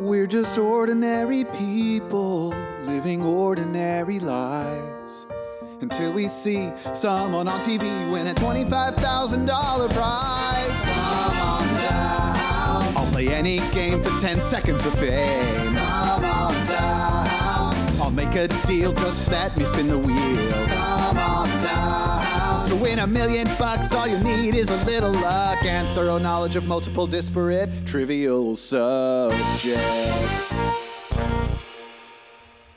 We're just ordinary people living ordinary lives until we see someone on TV win a $25,000 prize. Come on down. I'll play any game for 10 seconds of fame. Come on down. I'll make a deal, just let me spin the wheel. Come on down. To win a million bucks, all you need is a little luck and thorough knowledge of multiple disparate trivial subjects.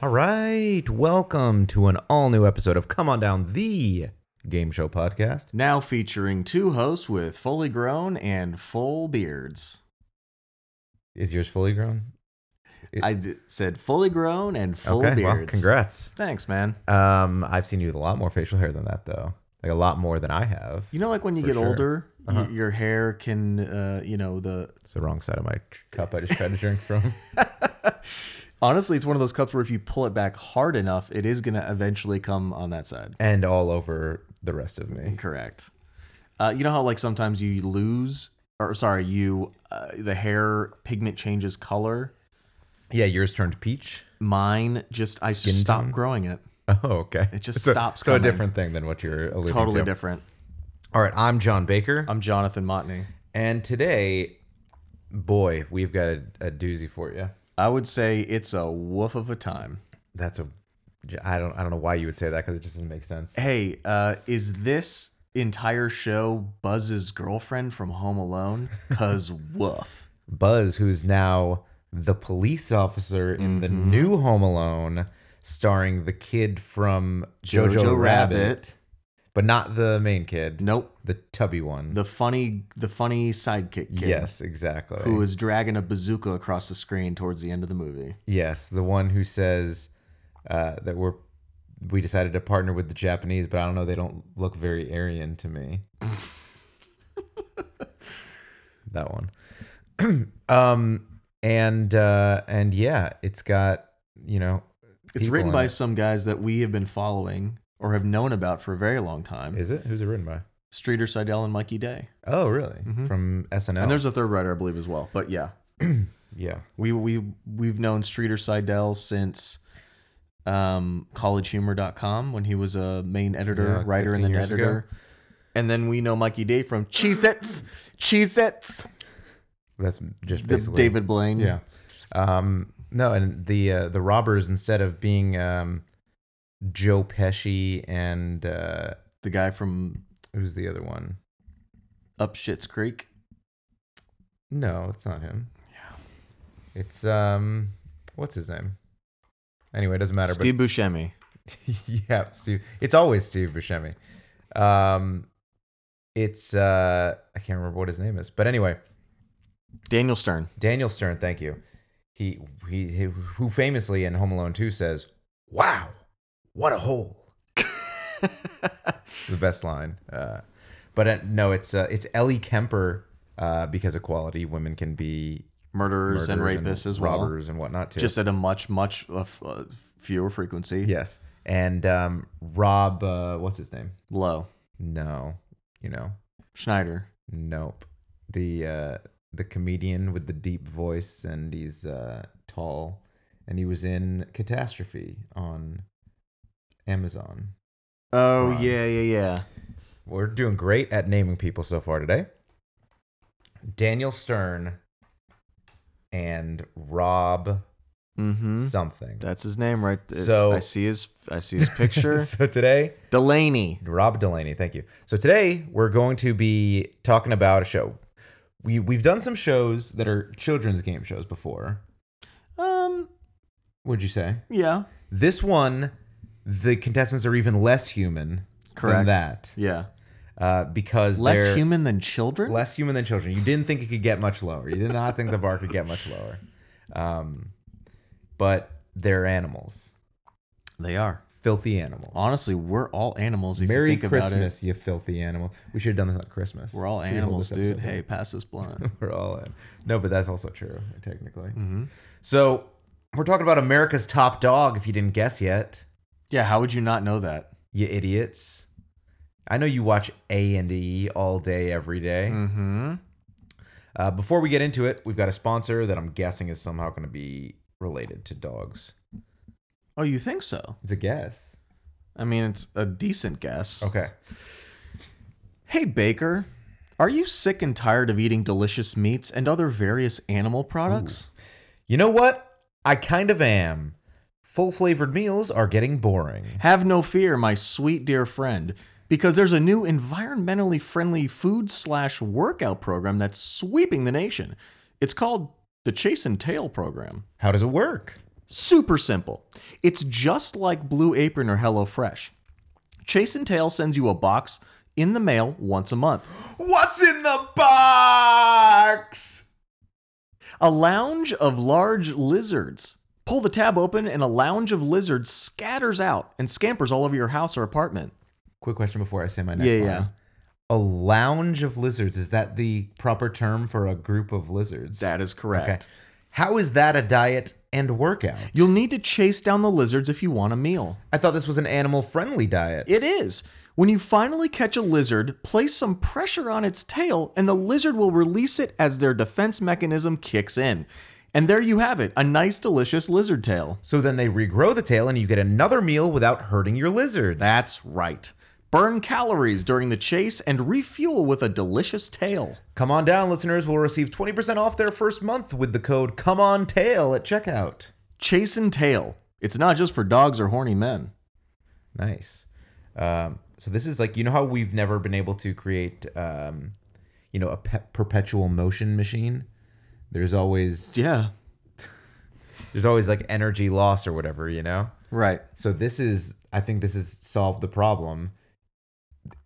All right, welcome to an all new episode of Come On Down, the game show podcast. Now featuring two hosts with fully grown and full beards. Is yours fully grown? It- I d- said fully grown and full okay, beards. well, congrats. Thanks, man. Um, I've seen you with a lot more facial hair than that, though. Like a lot more than I have. You know, like when you For get sure. older, y- Uh-huh. your hair can, uh, you know, the. It's the wrong side of my tr- cup I just tried to drink from. Honestly, it's one of those cups where if you pull it back hard enough, it is going to eventually come on that side. And all over the rest of me. Correct. Uh, you know how, like, sometimes you lose, or sorry, you, uh, the hair pigment changes color. Yeah, yours turned peach. Mine just, I Skin just stopped tone? growing it. Oh, okay. It just So- stops So a coming. different thing than what you're alluding to. Totally different. Um, All right, I'm John Baker. I'm Jonathan Motney. and today, boy, we've got a, a doozy for you. I would say it's a woof of a time. That's a. I don't. I don't know why you would say that because it just doesn't make sense. Hey, uh, is this entire show Buzz's girlfriend from Home Alone? Cause woof. Buzz, who's now the police officer in the Mm-hmm. new Home Alone, starring the kid from Jojo, Rabbit, but not the main kid. Nope. the tubby one. The funny, the funny sidekick kid. yes, exactly. Who is dragging a bazooka across the screen towards the end of the movie? yes, the one who says uh, that we're we decided to partner with the Japanese, but I don't know. They don't look very Aryan to me. that one. um and uh and yeah, it's got you know It's people written in by it. some guys that we have been following or have known about for a very long time: Is it? Who's it written by? Streeter, Seidel, and Mikey Day. Oh, really? Mhm. From SNL. And there's a third writer, I believe, as well. But yeah, yeah. We we we've known Streeter Seidel since um collegehumor.com when he was a main editor, Yeah, like writer, 15 and then years editor. ago. And then we know Mikey Day from Cheez Its, Cheez Its, That's just the basically David Blaine. Yeah. Um no, and the uh, the robbers instead of being um Joe Pesci and uh The guy from who's the other one? Up Shit's Creek. No, it's not him. Yeah. It's um what's his name? Anyway, it doesn't matter Steve Buscemi. but yeah, Steve. It's always Steve Buscemi. Um it's uh I can't remember what his name is. But anyway, Daniel Stern. Daniel Stern, thank you. He, he he who famously in Home Alone 2 says, "Wow, what a hole." the best line. Uh, but uh, no, it's uh, it's Ellie Kemper uh, because equality, women can be Murderers, and murderers rapists as well. robbers and whatnot too. Just at a much, much uh, f- uh, fewer frequency. yes, and um, Rob, uh, what's his name? Low. No, you know, Schneider. nope. The uh, the comedian with the deep voice and he's uh, tall, and he was in Catastrophe on Amazon. Oh, Ron. yeah, yeah, yeah. We're doing great at naming people so far today. Daniel Stern and Rob Mm hmm. something. That's his name, right? It's, So- I see his I see his picture. so today, Delaney. Rob Delaney, thank you. So today we're going to be talking about a show. We we've done some shows that are children's game shows before. Um. Would you say Yeah. this one? The contestants are even less human than Correct. that Yeah. uh, because Less they're- human than children. less human than children. You didn't think it could get much lower. You did not think the bar could get much lower. Um, but they're animals, They are. filthy animals. Honestly, we're all animals. If Merry you think About it. Christmas, you filthy animal. We should have done this on Christmas. We're all We should hold animals, this dude. episode. Hey, pass this blunt. we're all in. No, but that's also true technically. Mm-hmm. So we're talking about America's top dog. If you didn't guess yet, yeah. How would you not know that? you idiots. I know you watch A and E all day, every day. Mm-hmm. Uh, before we get into it, we've got a sponsor that I'm guessing is somehow going to be related to dogs. Oh, you think so? It's a guess. I mean, it's a decent guess. Okay. Hey, Baker. Are you sick and tired of eating delicious meats and other various animal products? You know what? I kind of am. Full flavored meals are getting boring. Have no fear, my sweet dear friend, because there's a new environmentally friendly food slash workout program that's sweeping the nation. It's called the Chase and Tail program. How does it work? Super simple. It's just like Blue Apron or HelloFresh. Chase and Tail sends you a box in the mail once a month. What's in the box? A lounge of large lizards. Pull the tab open, and a lounge of lizards scatters out and scampers all over your house or apartment. Quick question before I say my next Yeah, line. yeah. A lounge of lizards. Is that the proper term for a group of lizards? That is okay. correct. How is that a diet and workout? You'll need to chase down the lizards if you want a meal. I thought this was an animal friendly diet. It is. When you finally catch a lizard, place some pressure on its tail, and the lizard will release it as their defense mechanism kicks in. And there you have it a nice, delicious lizard tail. So then they regrow the tail and you get another meal without hurting your lizards. That's right. Burn calories during the chase and refuel with a delicious tail. Come on down, listeners will receive 20% off their first month with the code come on tail at checkout. Chase and tail. It's not just for dogs or horny men. Nice. Um, so this is like you know how we've never been able to create, um, you know, a pe- perpetual motion machine. There's always Yeah. there's always like energy loss or whatever, you know. Right. So this is I think this has solved the problem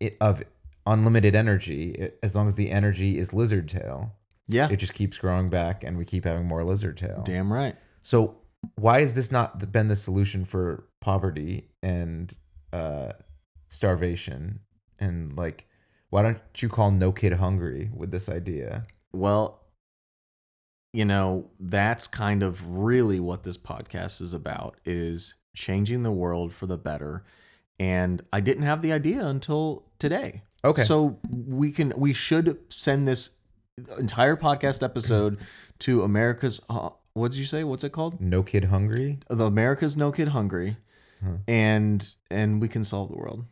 i- of unlimited energy i- as long as the energy is lizard tail. Yeah. It just keeps growing back, and we keep having more lizard tail. Damn right. So why has this not th- been the solution for poverty and uh, starvation and like why don't you call no kid hungry with this idea? Well, you know, that's kind of really what this podcast is about is changing the world for the better. And I didn't have the idea until today. Okay. So we can we should send this entire podcast episode to America's uh, what did you say? What's it called? No kid hungry? The America's No Kid Hungry. Huh. And and we can solve the world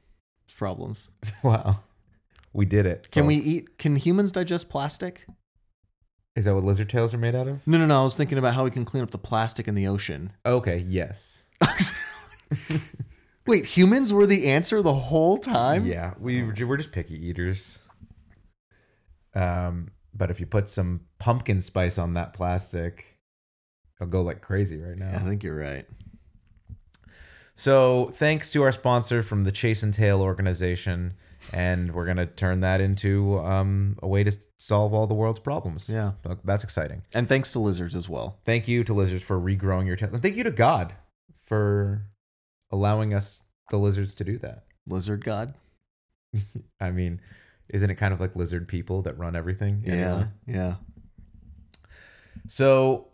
problems. Wow. We did it. Oh, Can we folks. eat can humans digest plastic? Is that what lizard tails are made out of? No, no, no. I was thinking about how we can clean up the plastic in the ocean. Okay, yes. Wait, humans were the answer the whole time? yeah, we were ju- we're just picky eaters. Um but if you put some pumpkin spice on that plastic, it'll go like crazy right now. I think you're right. So thanks to our sponsor from the Chase and Tail organization, and we're gonna turn that into um, a way to solve all the world's problems. Yeah. So that's exciting. And thanks to lizards as well. Thank you to lizards for regrowing your tail, and thank you to God for allowing us the lizards to do that. Lizard God. I mean, isn't it kind of like lizard people that run everything? anyway? Yeah. So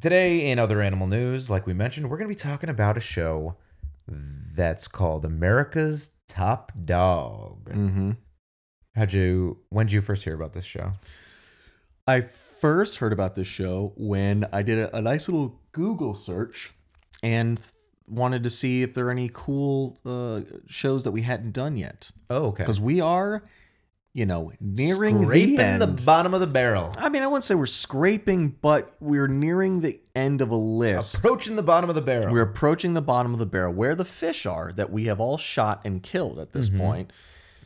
today in other animal news, like we mentioned, we're gonna be talking about a show that's called America's Top Dog. Mm-hmm. How'd you? When did you first hear about this show? I first heard about this show when I did a, a nice little Google search and th- wanted to see if there are any cool uh, shows that we hadn't done yet. Oh, okay. Because we are, you know, nearing Scraping the end. bottom of the barrel, I mean, I wouldn't say we're scraping, but we're nearing the end of a list. approaching the bottom of the barrel. We're approaching the bottom of the barrel where the fish are that we have all shot and killed at Mm-hmm. this point.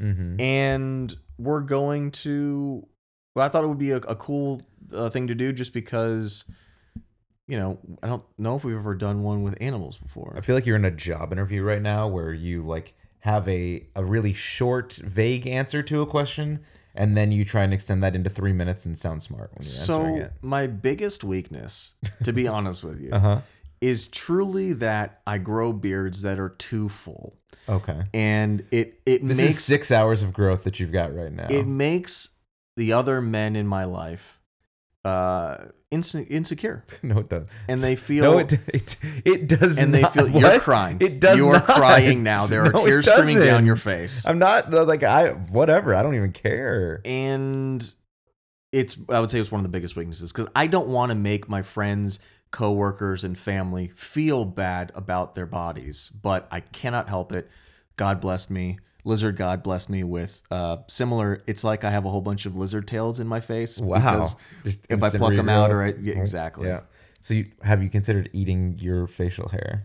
Mhm. And we're going to. Well, I thought it would be a, a cool uh, thing to do just because, you know, I don't know if we've ever done one with animals before. I feel like you're in a job interview right now, where you like have a a really short, vague answer to a question, and then you try and extend that into three minutes and sound smart when you're answering So, it. my biggest weakness, to be honest with you, Uh huh. is truly that I grow beards that are too full. Okay. And it, it This makes is six hours of growth that you've got right now. it makes the other men in my life uh inse- insecure no, it does. and they feel No, it it, it does. and they not- feel what? you're crying It does. you're not. crying now there are No, it tears streaming down your doesn't. face I'm not like I whatever. I don't even care. and it's I would say it's one of the biggest weaknesses because I don't want to make my friends, coworkers, and family feel bad about their bodies, but I cannot help it. God blessed me. Lizard God blessed me with uh, similar. It's like I have a whole bunch of lizard tails in my face. Wow. because Just if I instant pluck 'em out regrowth. or I- yeah, exactly. Yeah. So you, have you considered eating your facial hair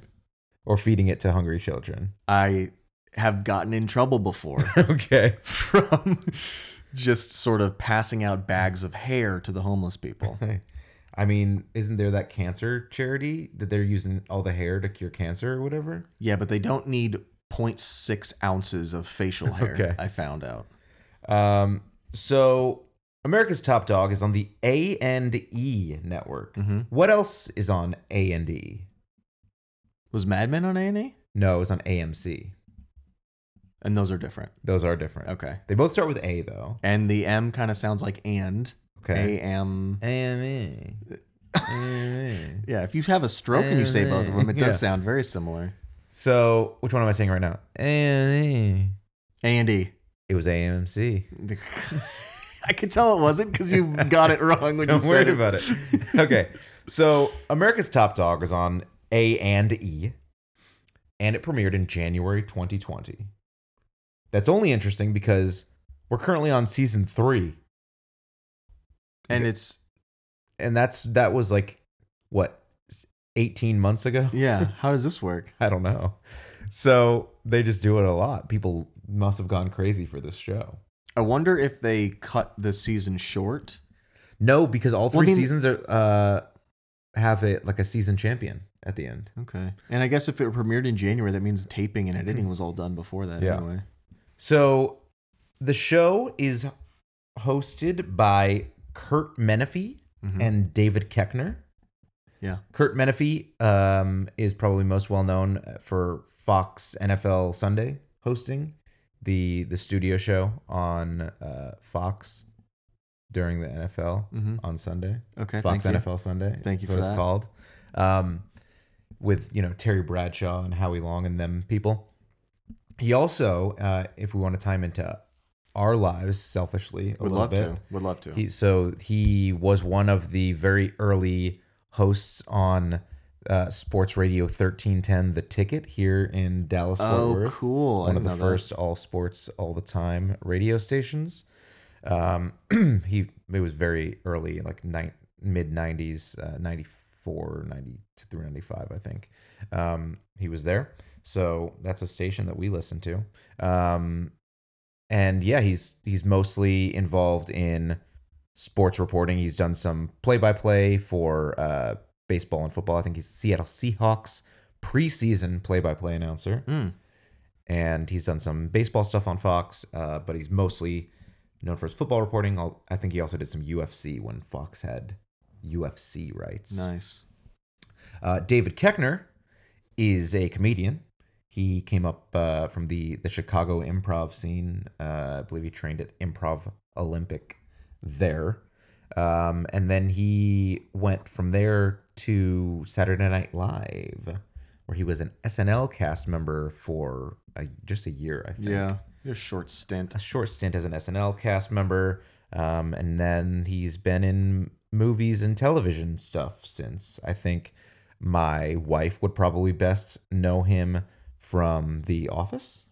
or feeding it to hungry children? I have gotten in trouble before okay. from just sort of passing out bags of hair to the homeless people. I mean, isn't there that cancer charity that they're using all the hair to cure cancer or whatever? Yeah, but they don't need 0.6 ounces of facial hair. Okay. I found out. Um, so America's Top Dog is on the A and E network. Mm-hmm. What else is on A and E? Was Mad Men on A and E? No, it's on AMC. And those are different. Those are different. Okay. They both start with A though. And the M kind of sounds like and. A M. AME. AME. Yeah, if you have a stroke and you say both of them, it does Yeah. sound very similar. So, which one am I saying right now? AME. A and E. It was AMC. I could tell it wasn't because you got it wrong when Don't you worry said about it. okay. So, America's Top Dog is on A and E, and it premiered in January 2020. That's only interesting because we're currently on season three, And it's and that's that was like what 18 months ago. yeah. How does this work? I don't know. So they just do it a lot. People must have gone crazy for this show. I wonder if they cut the season short. No, because all three Well, I mean- seasons are uh have a like a season champion at the end. Okay. And I guess if it premiered in January, that means taping and editing was all done before that Yeah. anyway. So the show is hosted by Kurt Menefee Mhm. and David Keckner. Yeah. Kurt Menefee um, is probably most well known for Fox NFL Sunday hosting the the studio show on uh, Fox during the NFL Mhm. on Sunday. Okay. Fox thank you. NFL Sunday. Thank you That's for what that. it's called. Um, with you know Terry Bradshaw and Howie Long and them people. He also, uh, if we want to time into our lives selfishly, a Would little love bit. to. Would love to. He, so he was one of the very early hosts on uh, sports radio 1310 The Ticket here in Dallas Fort oh, Worth. cool. I One of didn't the know that. first all sports all the time radio stations. Um, he it was very early, like nine, mid 90s, uh, 94, 93, 95, I think. Um, he was there. So that's a station that we listen to. Um, and yeah, he's he's mostly involved in sports reporting. He's done some play by play for uh, baseball and football. I think he's Seattle Seahawks preseason play by play announcer Mm. and he's done some baseball stuff on Fox, uh, but he's mostly known for his football reporting. Al- I think he also did some UFC when Fox had UFC rights. Nice. Uh, David Keckner is a comedian. He came up uh, from the the Chicago improv scene. Uh, I believe he trained at Improv Olympic there, um, and then he went from there to Saturday Night Live, where he was an SNL cast member for a, just a year. I think Yeah. Your short stint. a short stint as an SNL cast member, um, and then he's been in movies and television stuff since. I think my wife would probably best know him from The Office,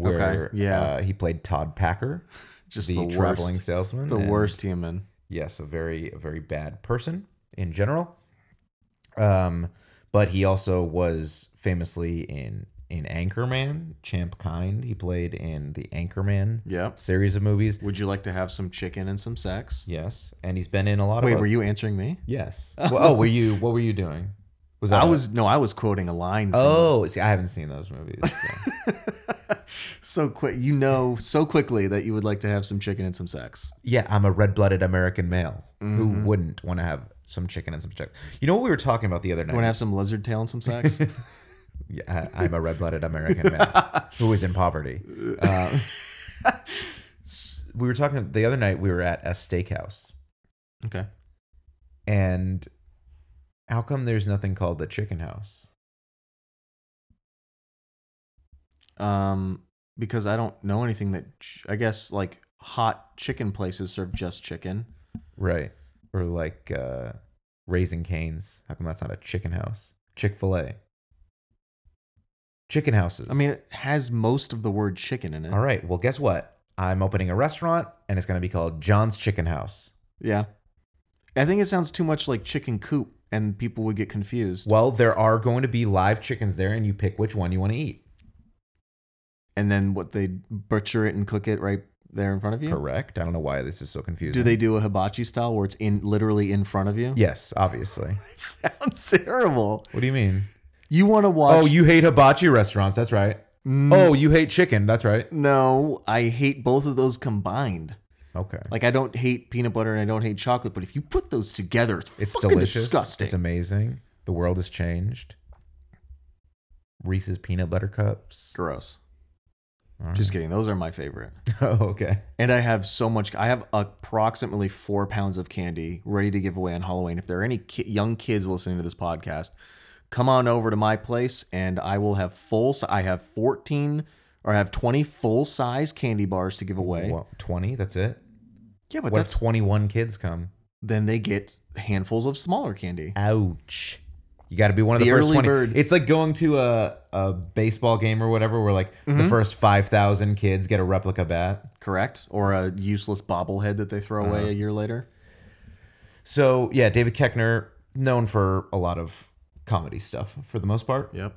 Okay, where yeah. uh, he played Todd Packer, Just the, the, traveling worst. salesman, The and- worst human. yes, a very a very bad person in general. Um, but he also was famously in in Anchorman, Champ Kind. He played in the Anchorman Yep. series of movies. Would you like to have some chicken and some sex? Yes, and he's been in a lot Wait, of. were you answering me? Yes. well, oh, were you? What were you doing? Was I a- was no, I was quoting a line. From, Oh, see, I haven't seen those movies. so. so quick! You know so quickly that you would like to have some chicken and some sex. yeah, I'm a red-blooded American male who wouldn't want to have some chicken and some sex. You know what we were talking about the other You want to night? have some lizard tail and some sex? yeah, I, I'm a red-blooded American male who is in poverty. Uh, s- we were talking the other night. We were at a steakhouse, okay. and how come there's nothing called the chicken house? Um, because I don't know anything that ch- I guess like hot chicken places serve just chicken. Right. Or like uh raising canes. How come that's not a chicken house? Chick fil A. Chicken houses. I mean, it has most of the word chicken in it. all right. Well, guess what? I'm opening a restaurant and it's going to be called John's Chicken House. Yeah. I think it sounds too much like chicken coop and people would get confused. Well, there are going to be live chickens there and you pick which one you want to eat. And then what they butcher it and cook it right there in front of you? Correct. I don't know why this is so confusing. Do they do a hibachi style where it's in literally in front of you? Yes, obviously. It sounds terrible. what do you mean? You want to watch Oh, you hate hibachi restaurants. That's right. Mm, Oh, you hate chicken. That's right. no, I hate both of those combined. Okay. Like I don't hate peanut butter and I don't hate chocolate, but if you put those together, it's, It's fucking delicious. disgusting. It's amazing. The world has changed. Reese's peanut butter cups. gross. All right. Just kidding. Those are my favorite. oh, okay. And I have so much. I have approximately four pounds of candy ready to give away on Halloween. If there are any ki- young kids listening to this podcast, come on over to my place, and I will have full. si- I have fourteen or I have twenty full size candy bars to give away. Well, twenty. That's it. Yeah, but what that's if twenty-one kids come? then they get handfuls of smaller candy. Ouch. You got to be one of the, The first early 20. bird. It's like going to a, a baseball game or whatever where like Mm-hmm. the first 5,000 kids get a replica bat. Correct, or a useless bobblehead that they Uh, throw away a year later. So, yeah, David Keckner known for a lot of comedy stuff for the most part. Yep.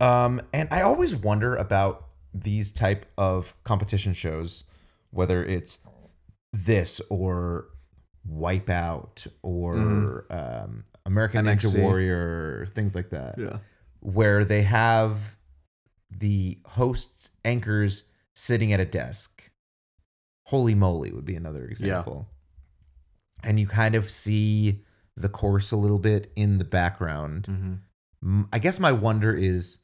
Um, and I always wonder about these type of competition shows, whether it's this or Wipeout or um, American Ninja MXC. Warrior, things like that, Yeah. where they have the hosts anchors sitting at a desk. Holy moly would be another example. And you kind of see the course a little bit in the background. hmm M- I guess my wonder is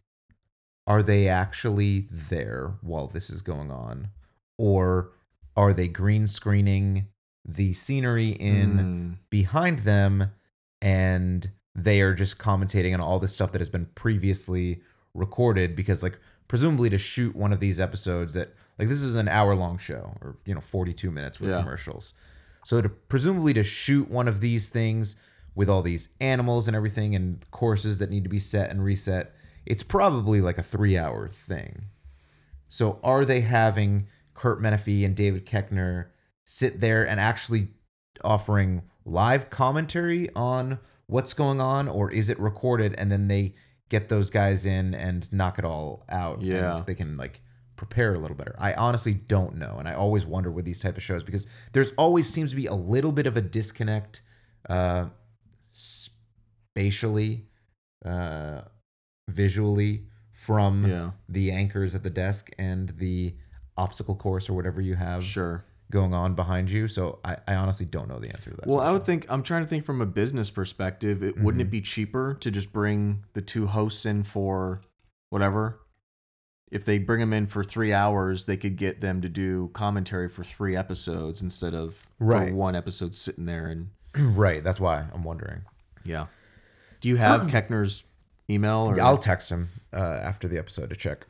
are they actually there while this is going on or are they green screening the scenery in Hmm. behind them and they are just commentating on all this stuff that has been previously recorded because like presumably to shoot one of these episodes that like this is an hour long show or you know 42 minutes with Yeah. commercials so to presumably to shoot one of these things with all these animals and everything and courses that need to be set and reset it's probably like a 3 hour thing so are they having Kurt Menefee and David Keckner sit there and actually offering live commentary on what's going on, or is it recorded and then they get those guys in and knock it all out? Yeah. and they can like prepare a little better. I honestly don't know, and I always wonder with these type of shows because there's always seems to be a little bit of a disconnect uh, spatially, uh, visually from Yeah. the anchors at the desk and the obstacle course or whatever you have Sure. going on behind you. So I, I honestly don't know the answer to that. Well, I would think I'm trying to think from a business perspective. It, Wouldn't Mm-hmm. it be cheaper to just bring the two hosts in for whatever? If they bring them in for three hours, they could get them to do commentary for three episodes instead of Right. for one episode sitting there and right. That's why I'm wondering. yeah. Do you have Keckner's email or Um, I'll text him uh, after the episode to check.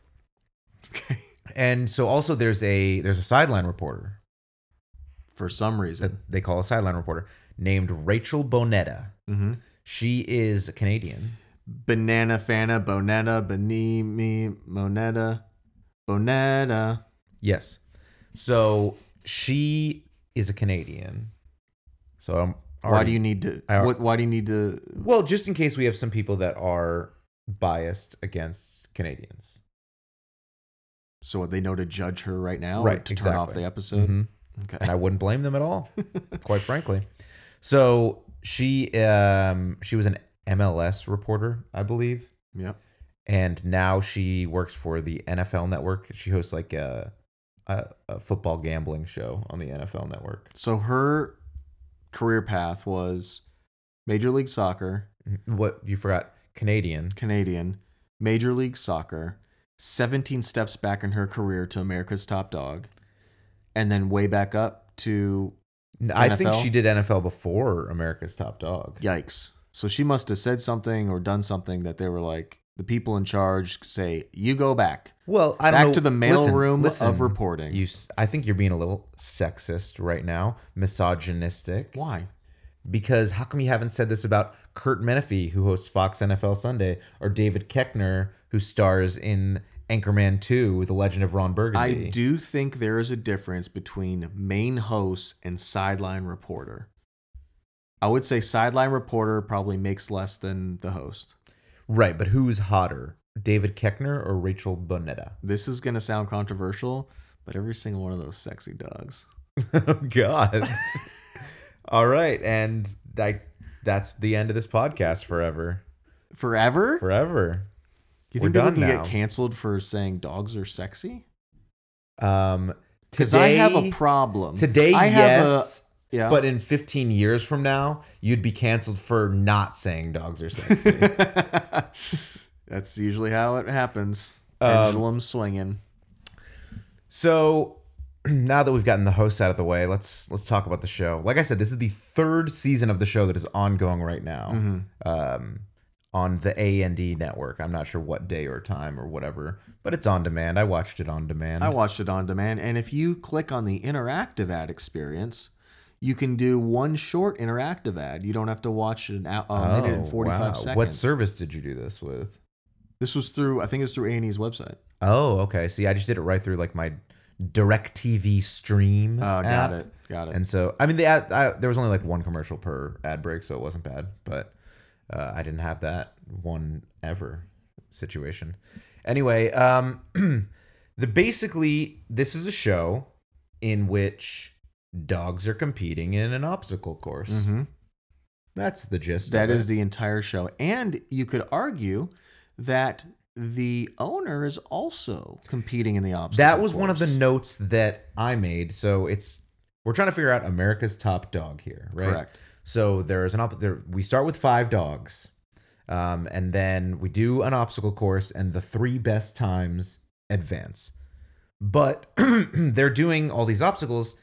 okay. And so also there's a there's a sideline reporter for some that reason? they call a sideline reporter named Rachel Bonetta. mm-hmm. She is a Canadian. Banana Fana Bonetta Benimi Monetta Bonetta. Yes. So she is a Canadian. So I'm Why already- do you need to? I- What? Why do you need to? Well, just in case we have some people that are biased against Canadians. So what, they know to judge her right now, or Right, To turn off exactly. the episode. Mhm. Okay. And I wouldn't blame them at all, quite frankly. So she um she was an MLS reporter, I believe, Yep. and now she works for the NFL network. She hosts like a a, a football gambling show on the NFL network. So her career path was Major League Soccer, What you forgot? Canadian. Canadian, Major League Soccer, 17 steps back in her career to America's Top Dog, and then way back up to I think NFL? she did NFL before America's Top Dog. Yikes. So she must have said something or done something that they were like, the people in charge say, "You go back." Well, I Back don't know. to the mailroom listen, of reporting. You, s- I think you're being a little sexist right now, misogynistic. Why? Because how come you haven't said this about Kurt Menefee, who hosts Fox NFL Sunday, or David Keckner, who stars in Anchorman Two: The Legend of Ron I Burgundy? do think there is a difference between main host and sideline reporter. I would say sideline reporter probably makes less than the host. Right, but who's hotter, David Keckner or Rachel Bonetta? This is going to sound controversial, but every single one of those sexy dogs. oh God. All right, and I, that's the end of this podcast forever. Forever? Forever. you we're think people done can now. get canceled for saying dogs are sexy? Um, Because I have a today- problem. Today, I have yes. a yeah. But in 15 years from now, you'd be canceled for not saying dogs are sexy. that's usually how it happens. Um, Pendulum swinging. so now that we've gotten the hosts out of the way, let's let's talk about the show. Like I said, this is the third season of the show that is ongoing right now Mm-hmm. um, on the A and D network. I'm not sure what day or time or whatever, but it's on demand. I watched it on demand. I watched it on demand, and if you click on the interactive ad experience, you can do one short interactive ad. You don't have to watch an hour, a minute and Oh, forty-five wow. seconds. What service did you do this with? This was through, I think it was through A and E's website. Oh, okay. See, I just did it right through like my DirecTV stream. Oh, app. got it, got it. And so, I mean, the ad, I, there was only like one commercial per ad break, so it wasn't bad. But uh, I didn't have that one ever situation. Anyway, um, the basically this is a show in which dogs are competing in an obstacle course. Mhm. That's the gist. That of is it. the entire show, and you could argue that the owner is also competing in the obstacle. that was one of the course. notes that I made. So it's we're trying to figure out America's top dog here, right? correct. So there's an op- there, we start with five dogs, um, and then we do an obstacle course, and the three best times advance. But they're doing all these obstacles,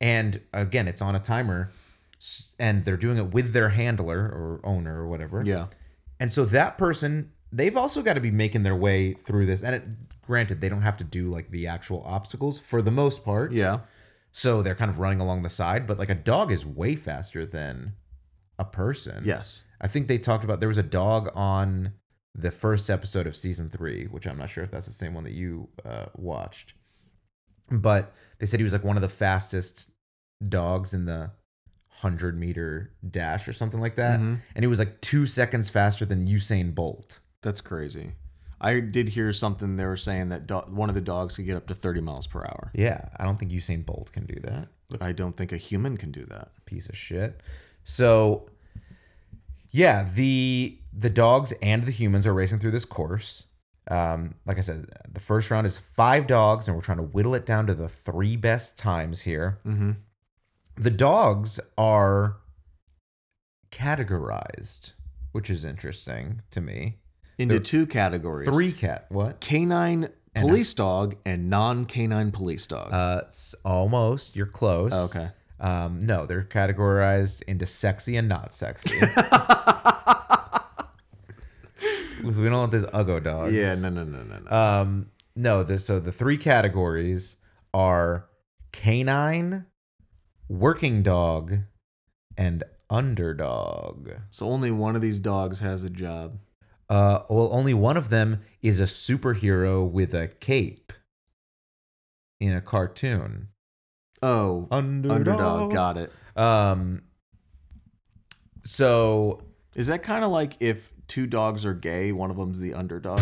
and again, it's on a timer, s- and they're doing it with their handler or owner or whatever. Yeah, And so that person, they've also got to be making their way through this. And it, granted, they don't have to do like the actual obstacles for the most part. yeah. So they're kind of running along the side, but like a dog is way faster than a person. Yes. I think they talked about there was a dog on the first episode of season three, which I'm not sure if that's the same one that you uh, watched. But they said he was like one of the fastest dogs in the 100 meter dash or something like that. Mhm. And he was like two seconds faster than Usain Bolt. That's crazy. I did hear something they were saying that do- one of the dogs could get up to 30 miles per hour. Yeah, I don't think Usain Bolt can do that. I don't think a human can do that. piece of shit. So yeah, the the dogs and the humans are racing through this course. Um, like I said, the first round is five dogs, and we're trying to whittle it down to the three best times here. Mm-hmm. The dogs are categorized, which is interesting to me. Into There- two categories Three cat what? canine And- police dog and non canine police dog. Uh, oh, it's almost. You're close. Oh, okay. Um, no, they're categorized into sexy and not sexy. Because we don't want this Uggo dogs. Yeah, no, no, no, no, no. Um, no, the, so the three categories are canine, working dog, and underdog. so only one of these dogs has a job. Uh, well, only one of them is a superhero with a cape in a cartoon. Oh, Underdog. underdog. Got it. Um, so Is that kind of like if two dogs are gay, one of them's the underdog?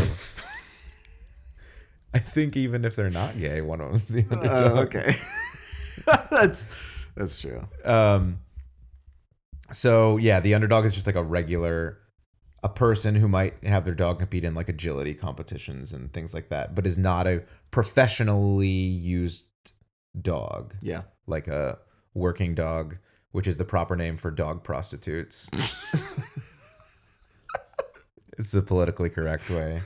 I think even if they're not gay, one of them's the underdog. Oh, okay. that's that's true. Um, so yeah, the underdog is just like a regular, a person who might have their dog compete in like agility competitions and things like that, but is not a professionally used dog, Yeah. like a working dog, which is the proper name for dog prostitutes. it's the politically correct way,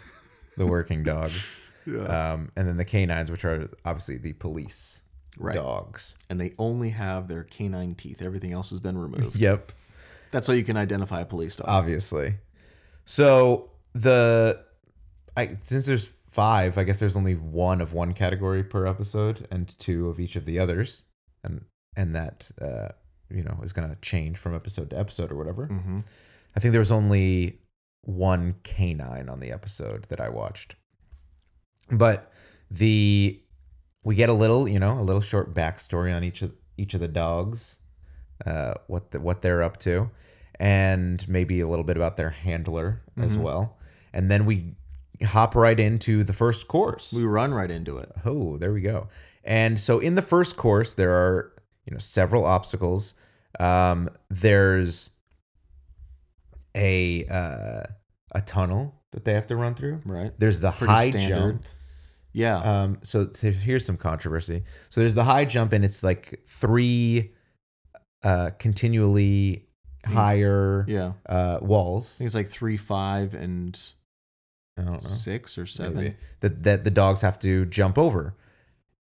the working dogs, um, and then the canines, which are obviously the police Right. dogs. and they only have their canine teeth. Everything else has been removed. Yep. Uh, That's how you can identify a police dog. obviously. So the I since there's five, I guess there's only one of one category per episode and two of each of the others, and and that uh, you know is gonna change from episode to episode or whatever. hmm I think there was only one canine on the episode that I watched. But the we get a little, you know, a little short backstory on each of each of the dogs, uh, what the, what they're up to, and maybe a little bit about their handler as Mhm. well. And then we hop right into the first course. We run right into it. Oh, there we go. And so in the first course, there are you know several obstacles. Um, there's a uh, a tunnel that they have to run through. Right. There's the Pretty high standard. jump. Yeah. Um, so th- here's some controversy. So there's the high jump, and it's like three uh, continually higher Hmm. yeah. I uh, walls. think it's like three, five, and I don't know. six or seven. maybe, that that the dogs have to jump over.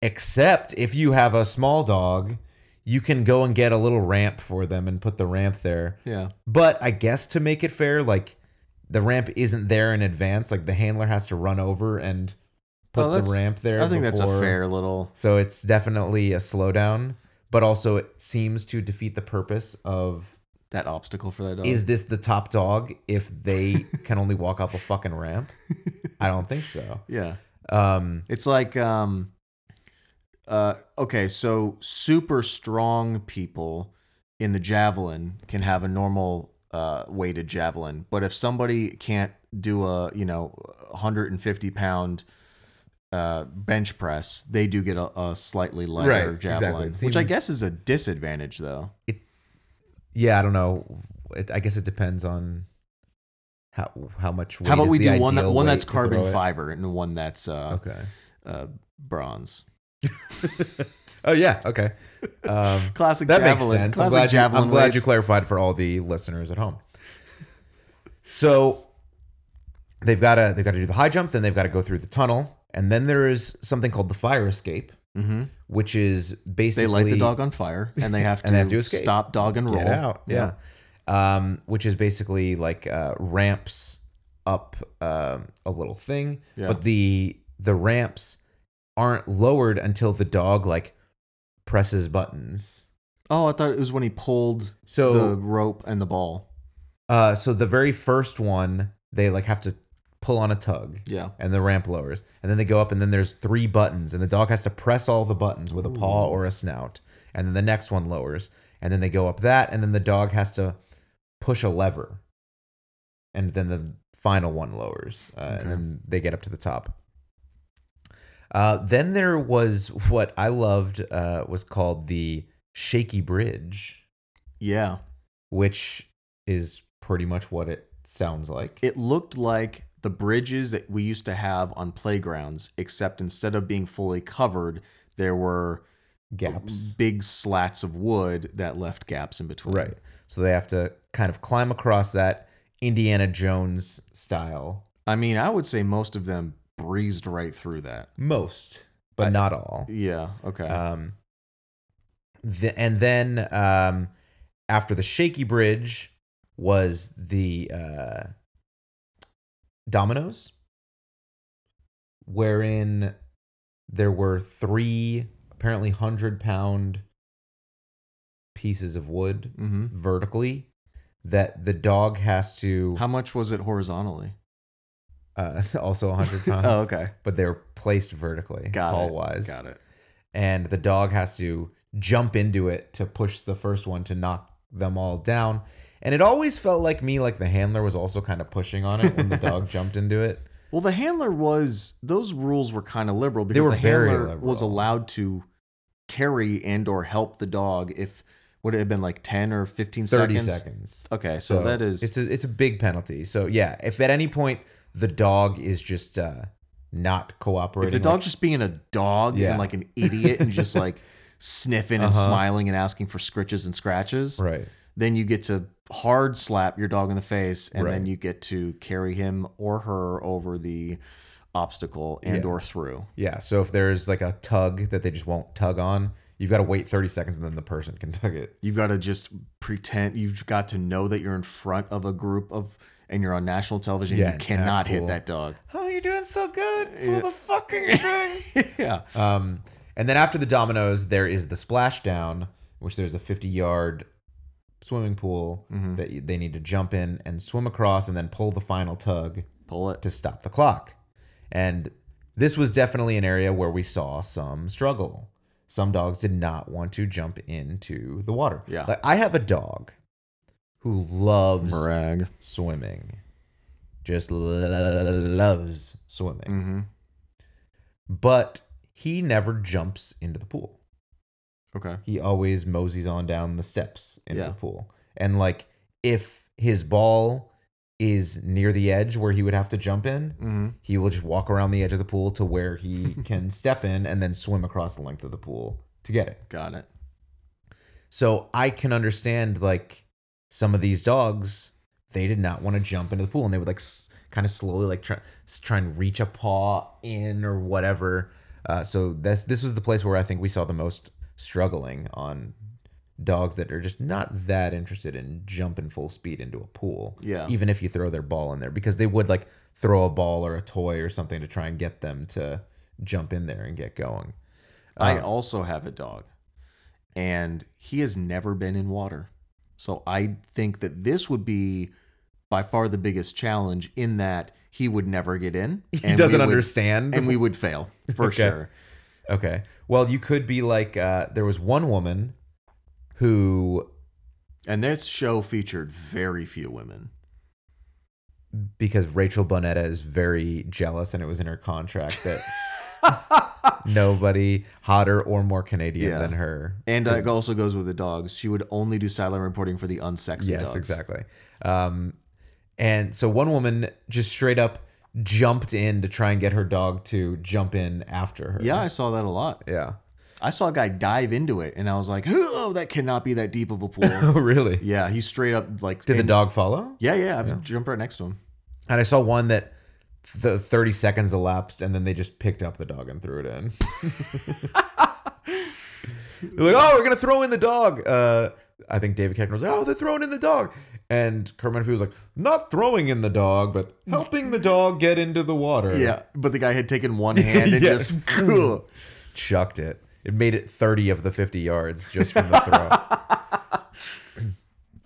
Except if you have a small dog, you can go and get a little ramp for them and put the ramp there. Yeah. But I guess to make it fair, like the ramp isn't there in advance. Like the handler has to run over and put Oh, the that's- ramp there. I think that's a before- fair little. So it's definitely a slowdown, but also it seems to defeat the purpose of that obstacle for that dog. is this the top dog if they can only walk up a fucking ramp? I don't think so. yeah. Um, It's like um uh okay, so super strong people in the javelin can have a normal uh weighted javelin, but if somebody can't do a, you know, 150 pound uh, bench press, they do get a, a slightly lighter Right, javelin, exactly. It which I seems- guess is a disadvantage, though. yeah, I don't know. It, I guess it depends on how how much. Weight How about is we the do one that, ideal one that's weight to throw carbon it? fiber and one that's uh, Okay. uh, bronze? Oh yeah. Okay. Um, Classic that javelin. makes sense. I'm Classic glad, you, javelin I'm glad you weights. clarified for all the listeners at home. So they've got to they've got to do the high jump, then they've got to go through the tunnel, and then there is something called the fire escape, Mhm. which is they basically light the dog on fire and they have to, And they have to escape. stop dog and roll Get out. Yeah. Um, which is basically like uh, ramps up um, a little thing, Yeah. but the the ramps aren't lowered until the dog like presses buttons. Oh, I thought it was when he pulled the So rope and the ball. uh, so the very first one they like have to pull on a tug. Yeah. And the ramp lowers, and then they go up, and then there's three buttons, and the dog has to press all the buttons with a paw or a snout, and then the next one lowers, and then they go up that, and then the dog has to push a lever, and then the final one lowers, uh, Okay. and then they get up to the top. Uh, then there was what I loved uh, was called the shaky bridge, Yeah. which is pretty much what it sounds like. It looked like the bridges that we used to have on playgrounds, except instead of being fully covered, there were Gaps. big slats of wood that left gaps in between. Right. So they have to kind of climb across that Indiana Jones style. I mean, I would say most of them breezed right through that. Most, but I- not all. Yeah. Okay. Um, the, and then um, after the shaky bridge was the uh, dominoes, wherein there were three apparently hundred pound pieces of wood hmm vertically that the dog has to How much was it horizontally? uh, also 100 pounds Oh, okay. but they're placed vertically Got tall it. wise Got it. and the dog has to jump into it to push the first one to knock them all down and it always felt like me like the handler was also kind of pushing on it when the dog jumped into it Well, the handler was those rules were kind of liberal because were the very handler liberal. was allowed to carry and or help the dog if would it have been like 10 or 15 30 seconds. seconds, Okay, so, that is it's a, it's a big penalty so yeah if at any point the dog is just uh not cooperating if the like, dog just being a dog Yeah. and like an idiot and just like sniffing and Uh-huh. smiling and asking for scritches and scratches, right then you get to hard slap your dog in the face and then Right. you get to carry him or her over the obstacle and Yeah. or through. Yeah. So if there's like a tug that they just won't tug on, you've got to wait 30 seconds and then the person can tug it. You've got to just pretend. You've got to know that you're in front of a group of, and you're on national television. Yeah, you and cannot act hit cool. that dog. Oh, you're doing so good. Yeah. Pull the fucking thing. yeah. Um, and then after the dominoes, there is the splashdown, which there's a 50 yard swimming pool Mhm. that you, they need to jump in and swim across and then pull the final tug Pull it. to stop the clock. And this was definitely an area where we saw some struggle. Some dogs did not want to jump into the water. Yeah. Like I have a dog who loves Brag. swimming. Just loves swimming Mm-hmm. but he never jumps into the pool. Okay. He always moseys on down the steps into Yeah. the pool. And like if his ball is near the edge where he would have to jump in, Mm-hmm. he will just walk around the edge of the pool to where he can step in and then swim across the length of the pool to get it. Got it. So I can understand like some of these dogs, they did not want to jump into the pool and they would like s- kind of slowly like try, s- try and reach a paw in or whatever. Uh, so that's this was the place where I think we saw the most struggling on dogs that are just not that interested in jumping full speed into a pool. Yeah. Even if you throw their ball in there because they would like throw a ball or a toy or something to try and get them to jump in there and get going. I Ah. also have a dog, and he has never been in water. So I think that this would be by far the biggest challenge in that he would never get in. He we doesn't would- understand. And we would fail for Okay. sure. Okay. Well, you could be like uh, there was one woman who And this show featured very few women. because Rachel Bonetta is very jealous and it was in her contract that nobody hotter or more Canadian Yeah. than her. And uh, it also goes with the dogs. She would only do silent reporting for the unsexy yes, dogs. exactly. Um, and so one woman just straight up jumped in to try and get her dog to jump in after her. Yeah, I saw that a lot. Yeah. I saw a guy dive into it, and I was like, "Oh, that cannot be that deep of a pool." Oh, really? yeah, he straight up like Did the and- dog follow? Yeah, yeah, I jumped right next to him. And I saw one that the 30 seconds elapsed and then they just picked up the dog and threw it in. They're like, oh, we're going to throw in the dog. Uh, I think David Keckner was like, oh, they're throwing in the dog. And Kurt Menefee was like, not throwing in the dog, but helping the dog get into the water. Yeah, but the guy had taken one hand and Yeah. just Ugh. Chucked it. It made it 30 of the 50 yards just from the throw.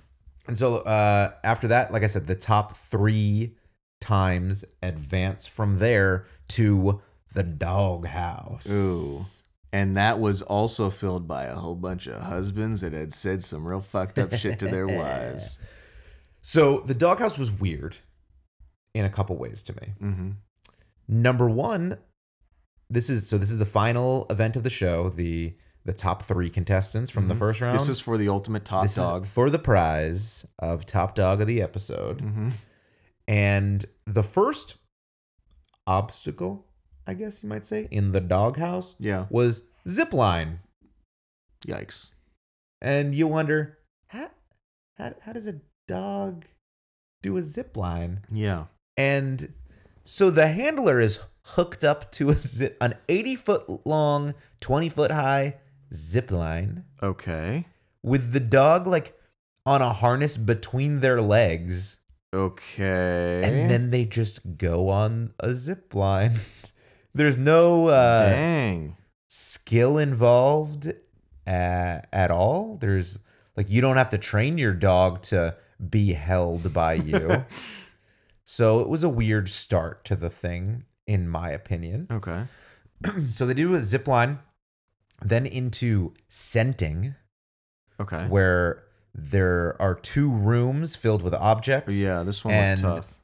and so uh, after that, like I said, the top three times advance from there to the doghouse. Ooh. And that was also filled by a whole bunch of husbands that had said some real fucked up shit to their wives. So the doghouse was weird in a couple ways to me. Mm-hmm. Number one, this is so this is the final event of the show, the the top three contestants from the first round. Mm-hmm. This is for the ultimate top This is dog. for the prize of top dog of the episode. mm-hmm. And the first obstacle, I guess you might say, in the doghouse Yeah. was zip line. Yikes. And you wonder, how, how, how does a dog do a zip line? Yeah. And so the handler is hooked up to a zi- an 80 foot long, 20 foot high zip line Okay. with the dog like on a harness between their legs. Okay. and then they just go on a zip line. There's no uh, dang. skill involved at, at all. There's like you don't have to train your dog to be held by you. so it was a weird start to the thing, in my opinion. Okay. So they do a zip line, then into scenting, Okay. where there are two rooms filled with objects. yeah, this one and- looked tough.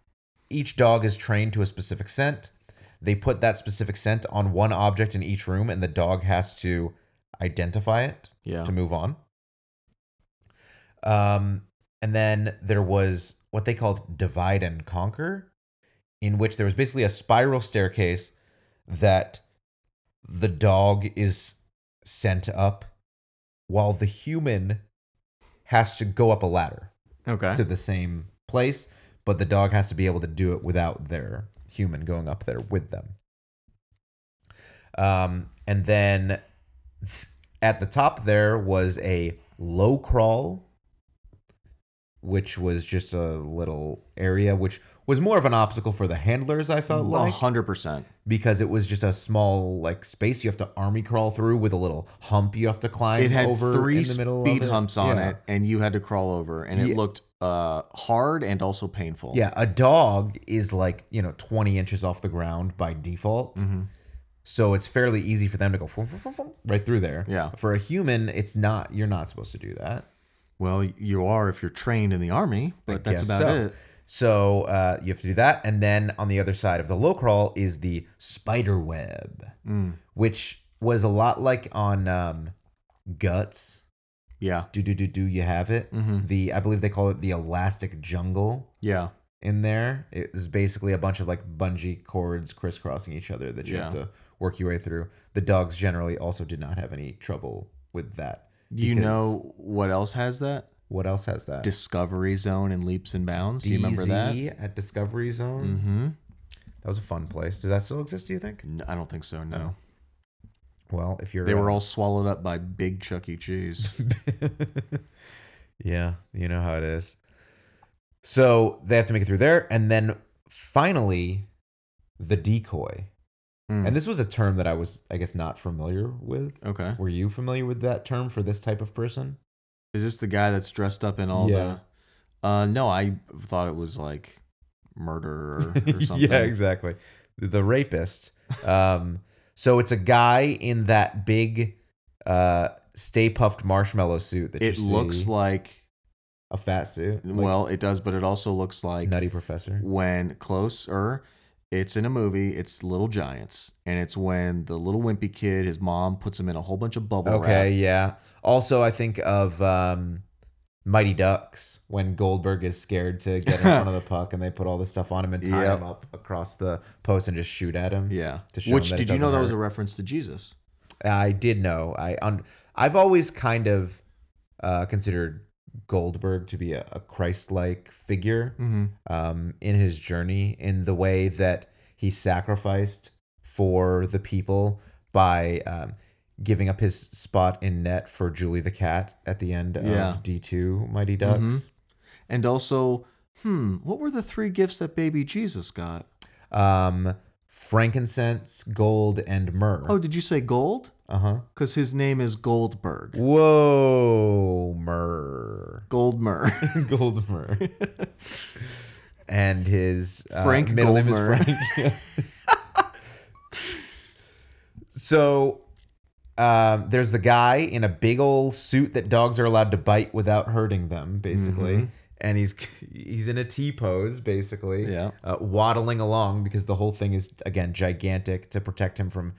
each dog is trained to a specific scent. They put that specific scent on one object in each room, and the dog has to identify it Yeah. to move on. Um, and then there was what they called divide and conquer, in which there was basically a spiral staircase that the dog is sent up while the human has to go up a ladder Okay. to the same place, but the dog has to be able to do it without their human going up there with them. Um, and then at the top there was a low crawl which was just a little area, which was more of an obstacle for the handlers. I felt like hundred percent. because it was just a small like space you have to army crawl through with a little hump you have to climb It had over three in the middle speed of it. humps on Yeah. it, and you had to crawl over, and Yeah. it looked uh, hard and also painful. Yeah, a dog is like, you know, 20 inches off the ground by default. Mhm. So it's fairly easy for them to go fum, fum, fum, fum, right through there. Yeah. For a human, it's not, you're not supposed to do that. Well, you are if you're trained in the army, but that's guess about so. it. So uh, you have to do that. And then on the other side of the low crawl is the spider web, Mm, which was a lot like on um, Guts. yeah, Do, do, do, do, you have it? Mhm. The, I believe they call it the elastic jungle. yeah, in there. It was basically a bunch of like bungee cords crisscrossing each other that you have Yeah. to work your way through. The dogs generally also did not have any trouble with that. Do you because- know what else has that? what else has that? Discovery Zone and Leaps and Bounds. Do you remember DZ that? at Discovery Zone? Mm-hmm. That was a fun place. Does that still exist? Do you think? No, I don't think so. No, Oh, Well, if you're they were uh, all swallowed up by Big Chuck E. Cheese. yeah, you know how it is. So they have to make it through there, and then finally, the decoy. Mm, And this was a term that I was, I guess, not familiar with. okay, Were you familiar with that term for this type of person? is this the guy that's dressed up in all Yeah. the? Uh, no, I thought it was like murder or, or something. yeah, exactly. The rapist. Um, so it's a guy in that big uh, Stay Puffed marshmallow suit that It you looks see. like a fat suit. like well, it does, but it also looks like Nutty Professor. when closer it's in a movie it's little giants and it's when the little wimpy kid his mom puts him in a whole bunch of bubble Okay, wrap yeah. Also, I think of um, Mighty Ducks when Goldberg is scared to get in front of the puck and they put all this stuff on him and tie Yep. him up across the post and just shoot at him. yeah To show which him that did it you know doesn't that was a hurt. reference to jesus I did know. I un- I've always kind of uh, considered Goldberg to be a, a Christ-like figure mm-hmm. um, in his journey, in the way that he sacrificed for the people by um, giving up his spot in net for Julie the cat at the end Yeah. of D two Mighty Ducks. and also hmm what were the three gifts that baby jesus got Um, frankincense, gold, and myrrh. oh did you say gold Uh huh. because his name is goldberg Whoa, myrrh. goldmer Goldmer. and his uh, Frank middle name Goldmer. is Frank. so um, there's the guy in a big old suit that dogs are allowed to bite without hurting them, basically. Mm-hmm. And he's he's in a T pose, basically, Yeah. uh, waddling along because the whole thing is again gigantic to protect him from